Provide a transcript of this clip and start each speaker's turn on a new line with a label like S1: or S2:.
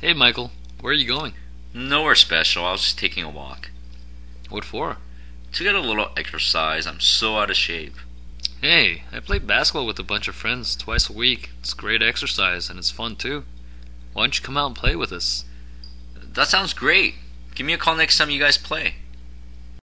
S1: Hey, Michael, where are you going?
S2: Nowhere special. I was just taking a walk.
S1: What for?
S2: To get a little exercise. I'm so out of shape.
S1: Hey, I play basketball with a bunch of friends twice a week. It's great exercise and it's fun too. Why don't you come out and play with us?
S2: That sounds great. Give me a call next time you guys play.